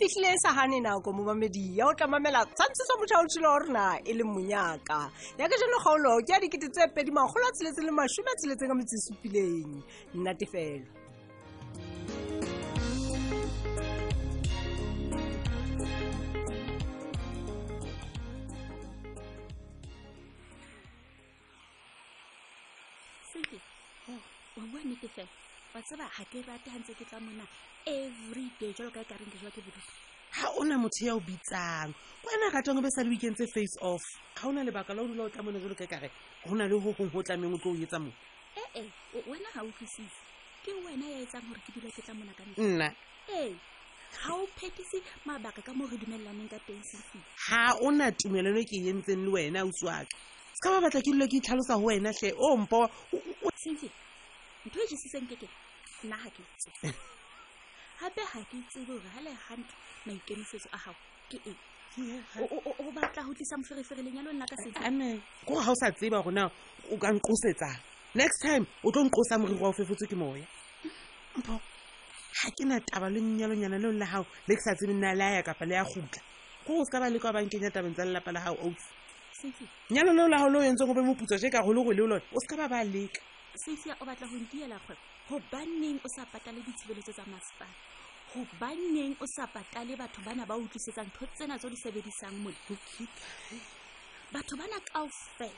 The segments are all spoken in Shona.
fitlhile e sa gane nako mo mamedi ya o tlamamela tshwantshiso motšhaotshilo wa rona e leng monyaka ya ke jeno kgaolo ke ya dikete tse pedi magolo a tsheletseng le masome a tsheletseng a metse e supileng nna tefelo sentle Oh, wa bua nnete fela wa tseba ga ke rate gantse ke tla mona every day jalo ka e kareng ke jwa ke bodutu ga ona motho ya o bitsang kwana ratang o be sa le weekend tse face off ga ona lebaka la o dula o tla mone jalo ka kare go na le go gongwe o tlameng o tlo o etsa mo ee wena ga utlwisise ke wena ya etsang gore ke dula ke tla mona ka ntle nna ee ga o phetise mabaka ka moo re dumelelaneng ka teng sesile ga ona tumelano e ke e entseng le wena ausi waka se ka ba batla ke dula ke itlhalosa go wena tlhe o mpo wa- o- o- o- sentle ntho e jesiseng ke keng nna ga ke itse gape ga ke itse gore ga le gantle maikemisetso a gago ke eng O- o- o- o batla go tlisa moferefere lenyalong la ka sentle ame kore ga o sa tseba gona o ka nqosetsang next time o tlo nqosa moriri wa o fefotse ke moya mpo ga ke na taba le nyalonyana leong la gago le ke sa tsebe nna le a ya kapa le ya gutla kore o se ka ba le kwa bankeng ya tabeng tsa lelapa la gago ousi sentle nyalo leo la gao le o entseng o be moputso je ka go le go leo lone o se ka ba ba leka seifia o batla go ntiela kgwebo gobaneng o sa patale ditshebeletso tsa masepala gobaneng o sa patale batho bana ba utlwisetsang ntho tsena tse o di sebedisang moleki batho bana kao fela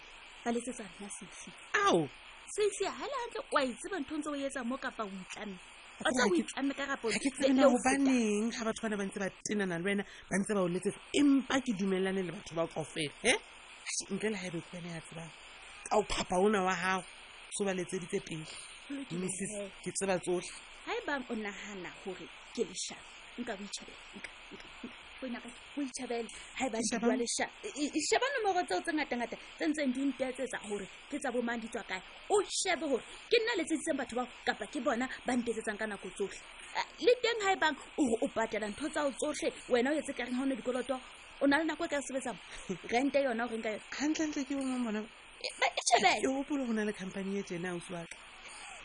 ba letsetsa nna seifi ao seifia ga le gantle oa itseba e ntho ntse o etsa mo kapa o itlame o tsa Ha o ke- itlame ka rapo ga ke tsebena gobaneng ga batho bana ba ntse ba tenana le wena ba ntse ba o letsetsa empa ke dumelelane le batho bao kao fela e ntle le ga ebe ke wena ya tsebang ka o phapa ona wa gago so ba letseditse pele mrs ke tseba tsotlhe ga e bang o nagana gore ke leshano nka o itšhabela nka, nka, nka. Bonyaka, o itšhabela ga e bang ke bua Ishebang? leshano sheba nomoro tseo tse ngata-ngata tse ntseng di ntetsetsa gore ke tsa bomang di tswa kae o shebe gore ke nna letseditseng batho bao kapa ke bona ba ntetsetsang ka nako tsotlhe Ah, le teng ga e bang ore o patela ntho tsao tsotlhe wena o etse kareng ga o ne dikoloto o na le nako e ka sebetsang rente yona o renka yona gantlentle ke bongwe mona E- ba- e ke shebele gopola go na le company e tena ausi waka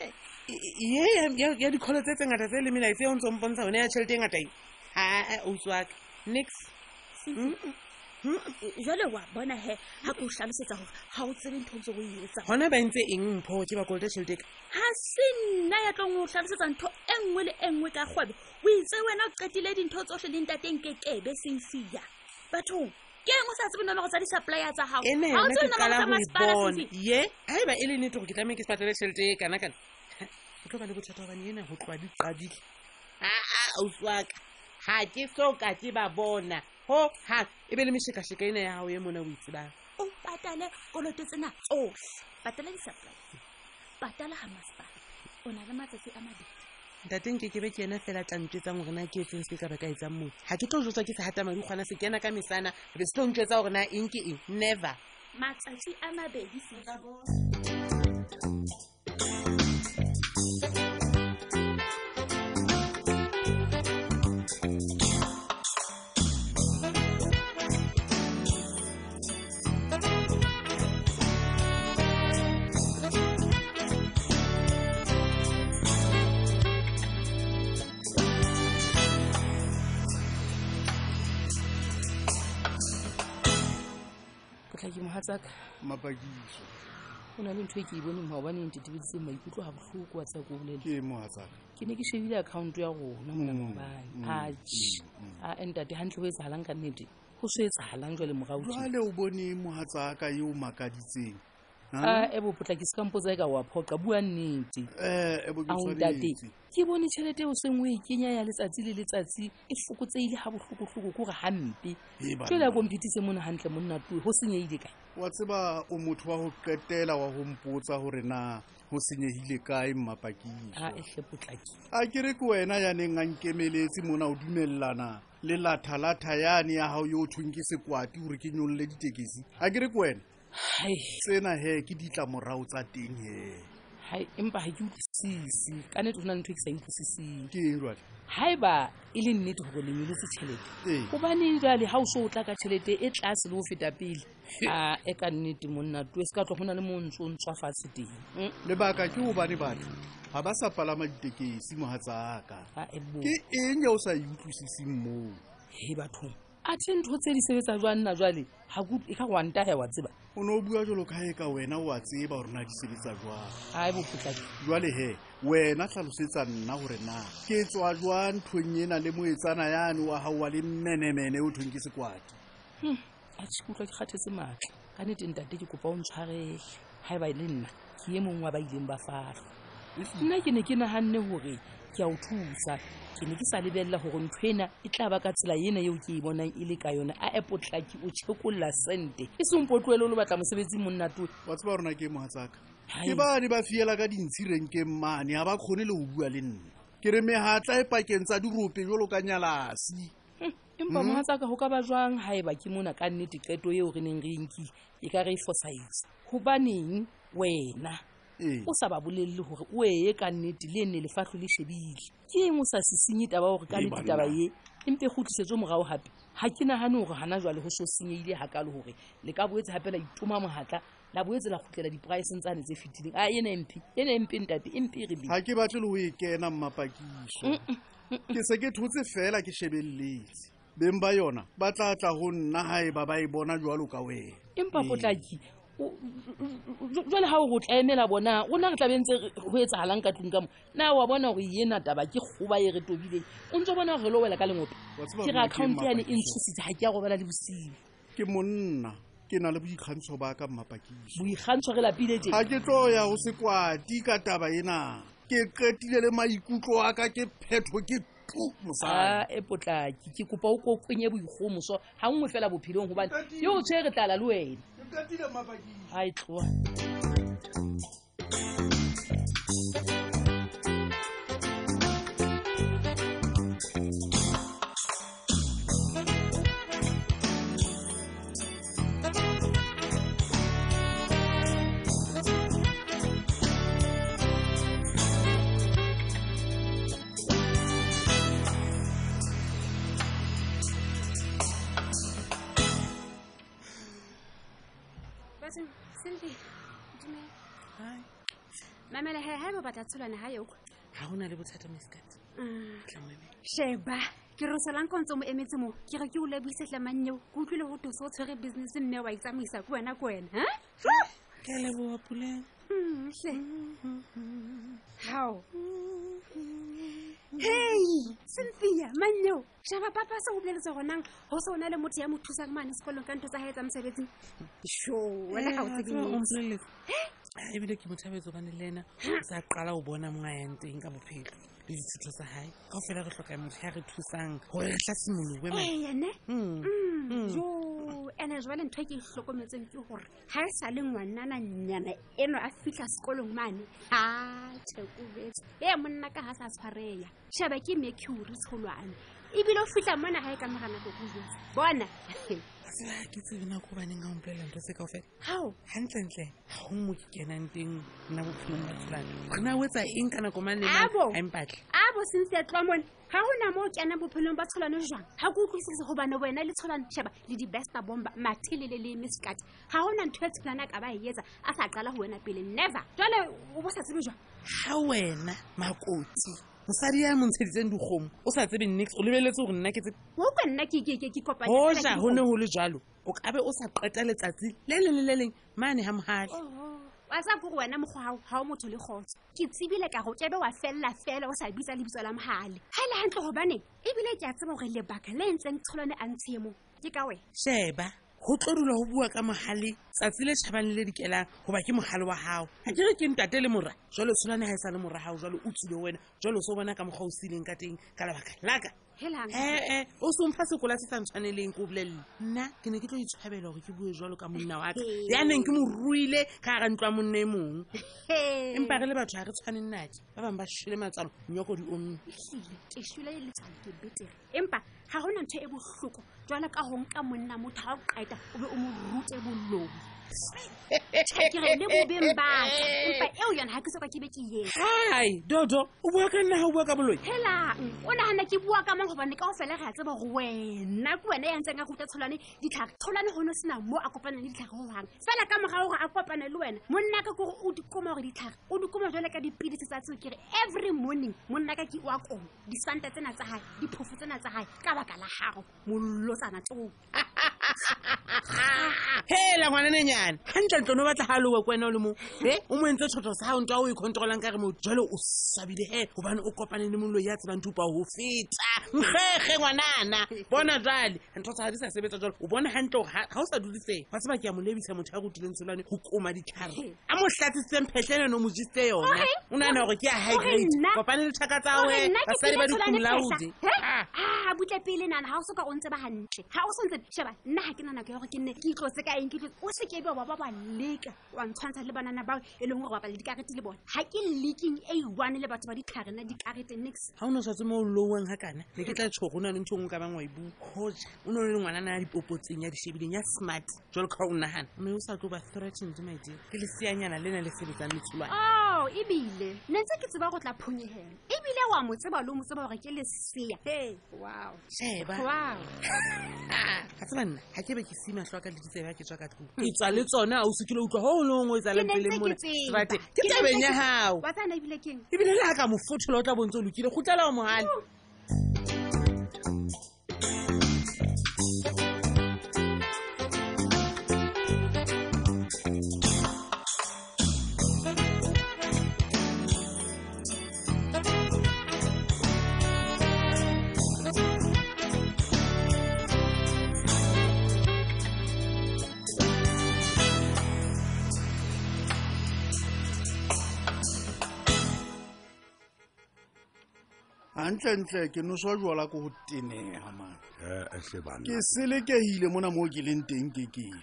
ye E, ya- ya dikholo tse tse ngata tse le melai tse o ntse o mpontsha one ya tšhelete e ngata e aa ausi waka nix Mm-hmm. Hmm? Sisi, e- jwale wa bona he ga ke o tlhalosetsa gore ga o tsebe ntho ntse o e etsa gona ba ntse eng mpho ke ba kolota tšhelete ka ga se nna ya tlong o tlhalosetsa ntho e nngwe le e nngwe ka kgwebo o itse wena o qetile dintho tsotlhe le ntateng ke kebe seifia bathong ke eng o sa tsebe nomoro tsa di-supplier tsa gago E ene Ha o yona tsebe ke qala nomoro tsa go e masepala, bona Sisi. ye ga e ba e le nnete gore ke tlameng ke se patele tšhelete e kana kana ha, ke tlo ba le bothata gobane ena go tloa diqadile aa ausi waka ga ke soka ke ba bona ho ha e be le mešekašeka ena ya gago ye mona o e itsebang o patale koloto tsena tsotlhe patala di-supplier patala ga masepala o na le matsatsi a mabedi ntateng ke kebe ke ena fela tla ntswetsang gore na ke efeng se ka ba ka etsang motho ga ke tlo jotswa ke se hatamadi kgona se kena ka mesana be se tlo ntswetsa gore na eng ke eng never matsatsi a mabedi Sisi. potlaki mogatsaka mapakiso go na le ntho e ke e boneng maobane eng tetebediseng maikutlo ga botlhoko wa tsa ko bolela ke e mogatsaka ke ne ke shebile account ya rona mona Mm, maobane mm, ae mm, a entate gantle go e tsagalang ka nnete go se e tsagalang jwa le moraoa jale o bone mogatsaka yo o makaditseng ebo potlaki se kampo tsae e ka wa phoqa bua nnete Eh, e aontate eokeaetse ke bone tšhelete o seng o e kenya ya letsatsi le letsatsi e fokotseile ga botlhokotlhoko kore gampe tswele ya komphitise mone gantle monna tue go senyeile kae wa tseba o motho wa go qetela wa go mpotsa gore na go senyegile kae a mmapakiso etlhe potlaki a kere ke wena ya neng a nkemeletse mona o dumelelana le lathalatha yane ya gago yo o thong ke sekwati gore ke nyolole ditekesi a kere ke wena Hai. tsena he ke ditlamorago tsa teng he hai empa ha ke utlwisise ka nnete ho na le ntho e ke sa e utlwisiseng ke eng jwale haeba e le nnete hore le nyolotse tjhelete ee gobaneng jale ha o so o tla ka tjhelete e tlase le ho feta pele a e ka nnete monna tue se ka tlo go na le mo ntso ntshwa fatshe teng Mm, lebaka ke hobane batho ha ba sa palama ditekesi mohatsaka ha e bo ke eng ya o sa e utlwisising moo he bathong athe ntho tse di sebetsa jwang nna jwale ha ke utlwi- e ka wantahe wa tseba o ne o bua jalo ka e ka wena wa tseba hore na di sebetsa jwang a e bopotla jwale he wena hlalosetsa nna hore na ke tswa jwang nthong ena le moetsana yane wa hao wa le mmenemene o thong ke sekwati a ke utlwa ke kgathetse maatla ka nnete ntate ke kopa o ntshwarele ha e ba e le nna ke e mongwe wa ba ileng ba fahlwa E nna ke ne ke naganne gore ke a o thusa ke ne ke sa lebelela gore ntho ena e tla ba ka tsela ena eo ke e bonang e le ka yone a epotlaki o tšhekolola sente e sengpotloele o lo batla mosebetsi monnatoe wa tseba hore na ke mohatsaka Hai. ke bane ba fiela ka dintshi renkeng mane ha ba kgone le ho bua le nna ke re mehatla e pakeng tsa dirope jwalo ka nyalase empa Hmm? mogatsaka go ka ba jwang ga e ba ke mona ka nnete qeto eo re neng re e nkile e ka re e fosaetse gobaneng wena ee o sa ba bolelele gore o ee ka nnete le ne lefatlho le shebile ke eng o sa sesenye taba ya gore ka nnete taba e empe go tlisetswe morago gape ga ke nagane gore gana jwale go se o senyeile gakalo gore le ka boetse gape la itoma mogatla la boetse la gotlela diporaefeng tsane tse fetileng a ena empe ena empe ntate empe e re beng ha ke batle le ho e kena mmapakiso ke se ke thotse fela ke shebelletse beng ba yona ba tla tla ho nna ha e ba ba e bona jwalo ka wena empa Ee. potlaki o- j- jwale ga o go tlaemela bona rona re tlabentse go etsagalang ka tlong ka mo na wa bona gore ena taba ke kgoba e re tobileng o ntse o bona gore lo wela ka lengope Wa tseba ke re hore na ke eng account yane e Mapakiso? ntshositse ga ke ya robala le bosiu ke monna ke na le boikgantsho ba ka mmapakiso boikgantsho re lapile teng ha ke tlo ya ho sekwati ka taba ena ke qetile le maikutlo a ka ke phetho ke tu mosadi a e potlaki ke kopa o kokonye boikgomoso ga nngwe fela bophelong gobane yo o tshwere re tlala le wena Ke qetile Mapakiso. a e tloa Batsing, Sylvie, dumela. Mamela he, haeba o batla tsholana ha yo. ga go na le bothata meskat tlamoemela Sheba, ke re solang ko ntse o mo emetse mo. Ke re ke o lebise tlamannyo. Ke utlwile ho toso o tshwere business mme wa itsamaisa ko wena ko wena. Ha? ke a leboa puleng Hmm, hle. Hao. Hey, Cynthia, manyo. Sheba papa se o boleletse gonang ho se o na le motho ya mo thusang mane sekolong ka ntho tsa hae tsa mosebetsing. Sho, wena Eh, ha o tsebe niks. tsebile ebile ke mothabetse obane le ena o sa qala ho bona monga yang teng ka bophelo le dithuto tsa hae ka o fela re tlhoka motho ya re thusang gore re tla simolowe ma Ee, ne? Mm. Mm, jo ene jwale ntho e ke itlhokometseng ke gore ga e sa le ngwannana nyana eno a fitlha sekolong mane a thekobetse e monna ka ga sa tshwareya sheba ke mercury tsholwane ebile o fitlha mona ga e ka mogana ko kojetse bona a tseba ha ke tsebe nako obaneng ga ompolela ntho tse kao fela gao gantlentle ga o mo ke kenang teng nna bophelong ba tholana re na o etsa eng ka nako mane Abo. empatle a bo sentse tloa mone ga gona mo o kenang bophelong ba tsholwane jang ga ke utlwisise gobane wena le tsholwane sheba le di-besta bomba mathelele le meskate ga gona ntho ya tsholwane a ka ba e etsa a sa qala go wena pele never jale o bo sa tsebe jang ga wena makoti mosadi ya montsheditseng dikgomo o sa tsebe nix o lebeletse gore nna ke tse utlwe nna ke ke- ke- ke kopanya goja fela ke go ne ho- go le jalo o ka be o sa qeta letsatsi le leng le le leng mane ga mogale Oho. wa tsa kore wena mokgwao ga o motho le kgotso ke tsebile ka go kebe wa fella fela o sa bitsa lebitso la mogale ga e le gantle gobaneng ebile ke a tseba gore lebaka le ntseng tsholwane a ntshe mo ke ka wena sheba go tlo dula go bua ka mogale tsatsi le tšhabang le le dikelang goba ke mogale wa gago ga kere ke ntate le mora jalo tsholwane ga e sa le mora gago jalo o tswile ho wena jalo o se o bona ka mokgwa o sileng ka teng ka lebaka laka helang ee o sempha sekola se sa ntshwaneleng ko bolelele nna ke ne ke tlo itshwabela gore ke bue jalo ka monna wa ka ya neng ke mo ruile ka gara ntlo ya monna e mongwe Eh, empa re le batho ga re tshwane nnake ba bangwe ba shile matswalo nyoko di omme ehlile ke šwile le letshwao ke betere empa ga gona ntho e bohloko jalo ka go nka monna motho ga o qaeta o be o mo rute boloi tjhakere le bobeng batho empa eo yona ha ke soka ke be ke e etsa hai dodo o bua ka nna ha o bua ka boloi helang o nagana ke bua ka mang gobane kao fela re a tseba gore wena ke wena ya ntseng a ruta tsholwane ditlhare tholwane gone o sena mo a kopanang le ditlhare gogang fela ka morago gore a kopane le wena monna ka kore o dikoma gore ditlhare o dikoma jale ka dipidisi tsa tseo kere every morning monna ka ke oa koma disanta tsena tsa gae diphofo tsena tsa gae ka baka la gago mollotsana tseo hela ngwananenyana gantle ntlo no batla ga lewa ko wena o le mo e o mo entse tshotho sa gago nto a o icontrolang ka re mo jalo o sabile he gobane o kopane le moloi ya tsebang thupa go feta nkgege ngwanana bona jale ntho tsa ga di sa sebetsa jalo o bona gantle gore ga o sa dudiseng wa tseba ke ya mo lebisa motho ya rutileng tsholwane go koma ditlhare a mo tlatsisitseng phetlhele no mo jise yona Hore, o nagana gore ke ya high hore grade nna- kopane le thaka Hore tsawe nna ke basadi ba tsebe Tholane dikumolaudi Fehla? He? Ah, butle pele nana ga o soka o ntse ba gantle ga o santse sheba nna ga ke na nako ya gore ke nne ke itlose ka eng ke itlose o sekebe wa ba wa leka wa ntshwantsha le banana bao e leng gore bapala dikarete le bona ga ke leaking a one le batho ba ditlhare nna dikarete nix ga o ne o tshwatse mo o lowang ga kana ne ke tla tshogo o na le ntho ngwe ka bangwe wa e bua goja o ne o le ngwanana ya dipopotseng ya dishebileng ya smart jalo ka o nagana o ne o sa tlo ba threatens maidea ke leseanyana le na le sebetsang letsholwane oh ebile ne ntse ke tseba go tla phonyegela ebile wa mo tseba le o mo tseba gore ke lesea he wow sheba wow ga tseba nna ga ke be ke sima tlhoa ka le ditsebe ha ke tswa ka tlong ke tswa le tsona o sekile utlwa go o lengwe o Hm. ke etsalang ne peleng ntse ke mona tseba Sebate, ke Ke ne tabeng ntse ya ke- gago wa tsana ebile keng ebile le a ka mofothola o tla bontse o lokile go tlala o mogale gantlentle ke noswa jwala ko go tenega mane ehle ke banna selekegile mona moo ke leng teng ke kele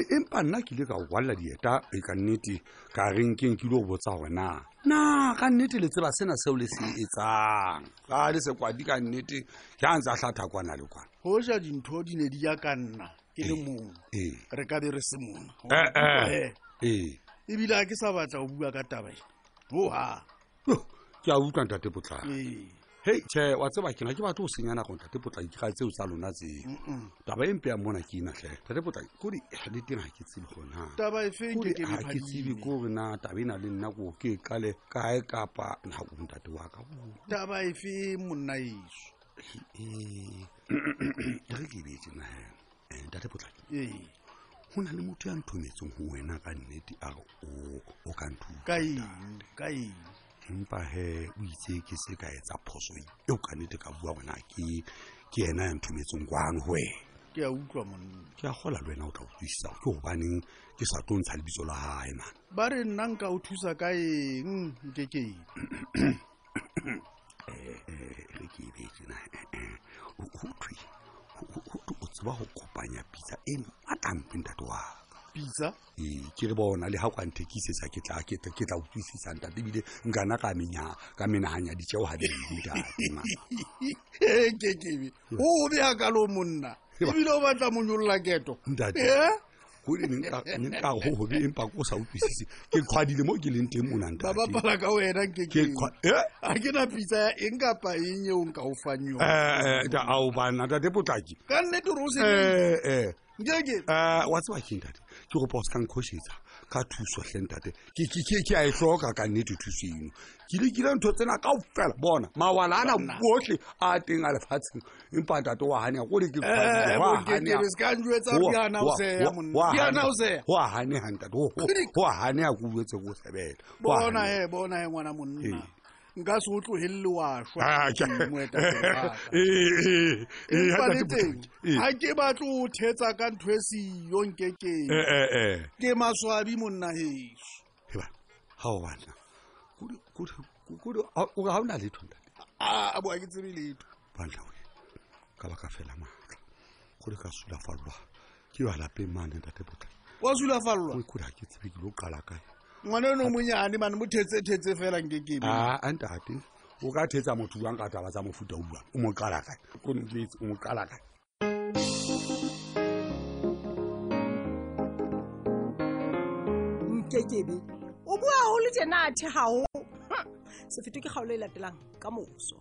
E- empa nna ke ile ka gwalla dieta e ka nnete ka reng ke nkile go botsa gore na na ka nnete le tseba sena seo le se etsang ga le sekwadi ka nnete ke a ntse a hlatha kwana le kwana goja dintho di ne di ya ka nna ke le Eh. mong ee re ka be re se mona Eh, Eh, ee ebile ga ke sa batla go bua ka e. tabae oga Yo, ke a utlwa ntate potlaki ee hei tšhe wa tseba kena ke batho go senya nako ntate potlaki ke ga tseo tsa lona tseo mm-mm. taba e mpeang mona ke inatlhe ntate potlaki kodi le teng ga ke tsebe gona taba efeng kore ke ke ha ke bephadile tsebe ko gore na taba e na le nna ko ke e kale kae kapa nako ntate wa ka o taba e efeng monnaeso Eh, re ke betse nageng ntate potlaki ee go na le motho ya nthometseng go wena ka nnete a re o- o ka nthusa ka eng ka eng empa he o itse ke se ka etsa phoso eo ka nnete ka bua gona ke ke ena ya nthometseng kwano go wena ke a utlwa monna ke a gola le wena o tla utlwisisa ke gobaneng ke sa tlo ntsha lebitso la gae man ba re nna nka o thusa ka eng nkekeng Eh, re ke Eh, ebetse na go thwe o tseba go kopanya pitsa e matlampeng tate waka pitsa ee Eh, ke re bona le ga o ka nthekisetsa ke tla ke tla- ke tla utlwisisang tate ebile nkana ka menya ka menaganya ditjeo ga dibedi tatema ee kekebe o bea kalo monna ebile o batla monyolola keto ntate Eh? kore ne nka gogobe empa ko o sa utlwisise ke kgwadile mo ke leng teng ba mona ntate bapala ka wena Ke nkekeng kgwa- Eh? a ke na pitsa ya eng kapa eng eo nka o fang Eh, yone eh, ta- ao bana tate potlaki ka nnete ore o se Eh, eh, nkekebe eh, wa tseba keng tate ke gopa o se ka nkgosetsa ka thuso tlheng tate Ke- ke ke- ke a e tlhoka ka nnete thuso eno ke lekile ntho tsena kao fela bona mawala ana botlhe a teng a lefatsheng empa tate wa ganea gore Eh, ke kgwadile, wa hanea. nkekebe se ka njwetsa Wa- piana o wa- seya wa- monna wa- piana o hane- seya wa hane hanta go hanea ko uetse ko sebela Wa bona eh, hane- he bona he ngwana monna Ee. nka se o tlogelle wa Ah, shwa ke- moetapelewaka Eh, eh, eh, eh, empa hata le ke teng botsa- ga ke batlo o thetsa ka ntho e seyo nkekeng Eh, eh, eh, eh. ke maswabi monna heso Hei bana, ha o batla Kore- kore- kore- ha- o- ha o na letho ntate a boa Ah, ke tsebe letho banna we ka baka fela maatla gore ka sulafalwa ke ba lapeng mane ntate botla wa sulafallwa kore ha ke tsebe ke lo qala kae ngwana ono monyane mane mo thetse-thetse fela nkekebe a a Ah, ntate o ka thetsa motho uang ka taba tsa mofuta uang o mo qala kae ko ntletse o mo qala kae kekebe o bua golo tena athe gago sefeto ke kgaolo e latelang ka moso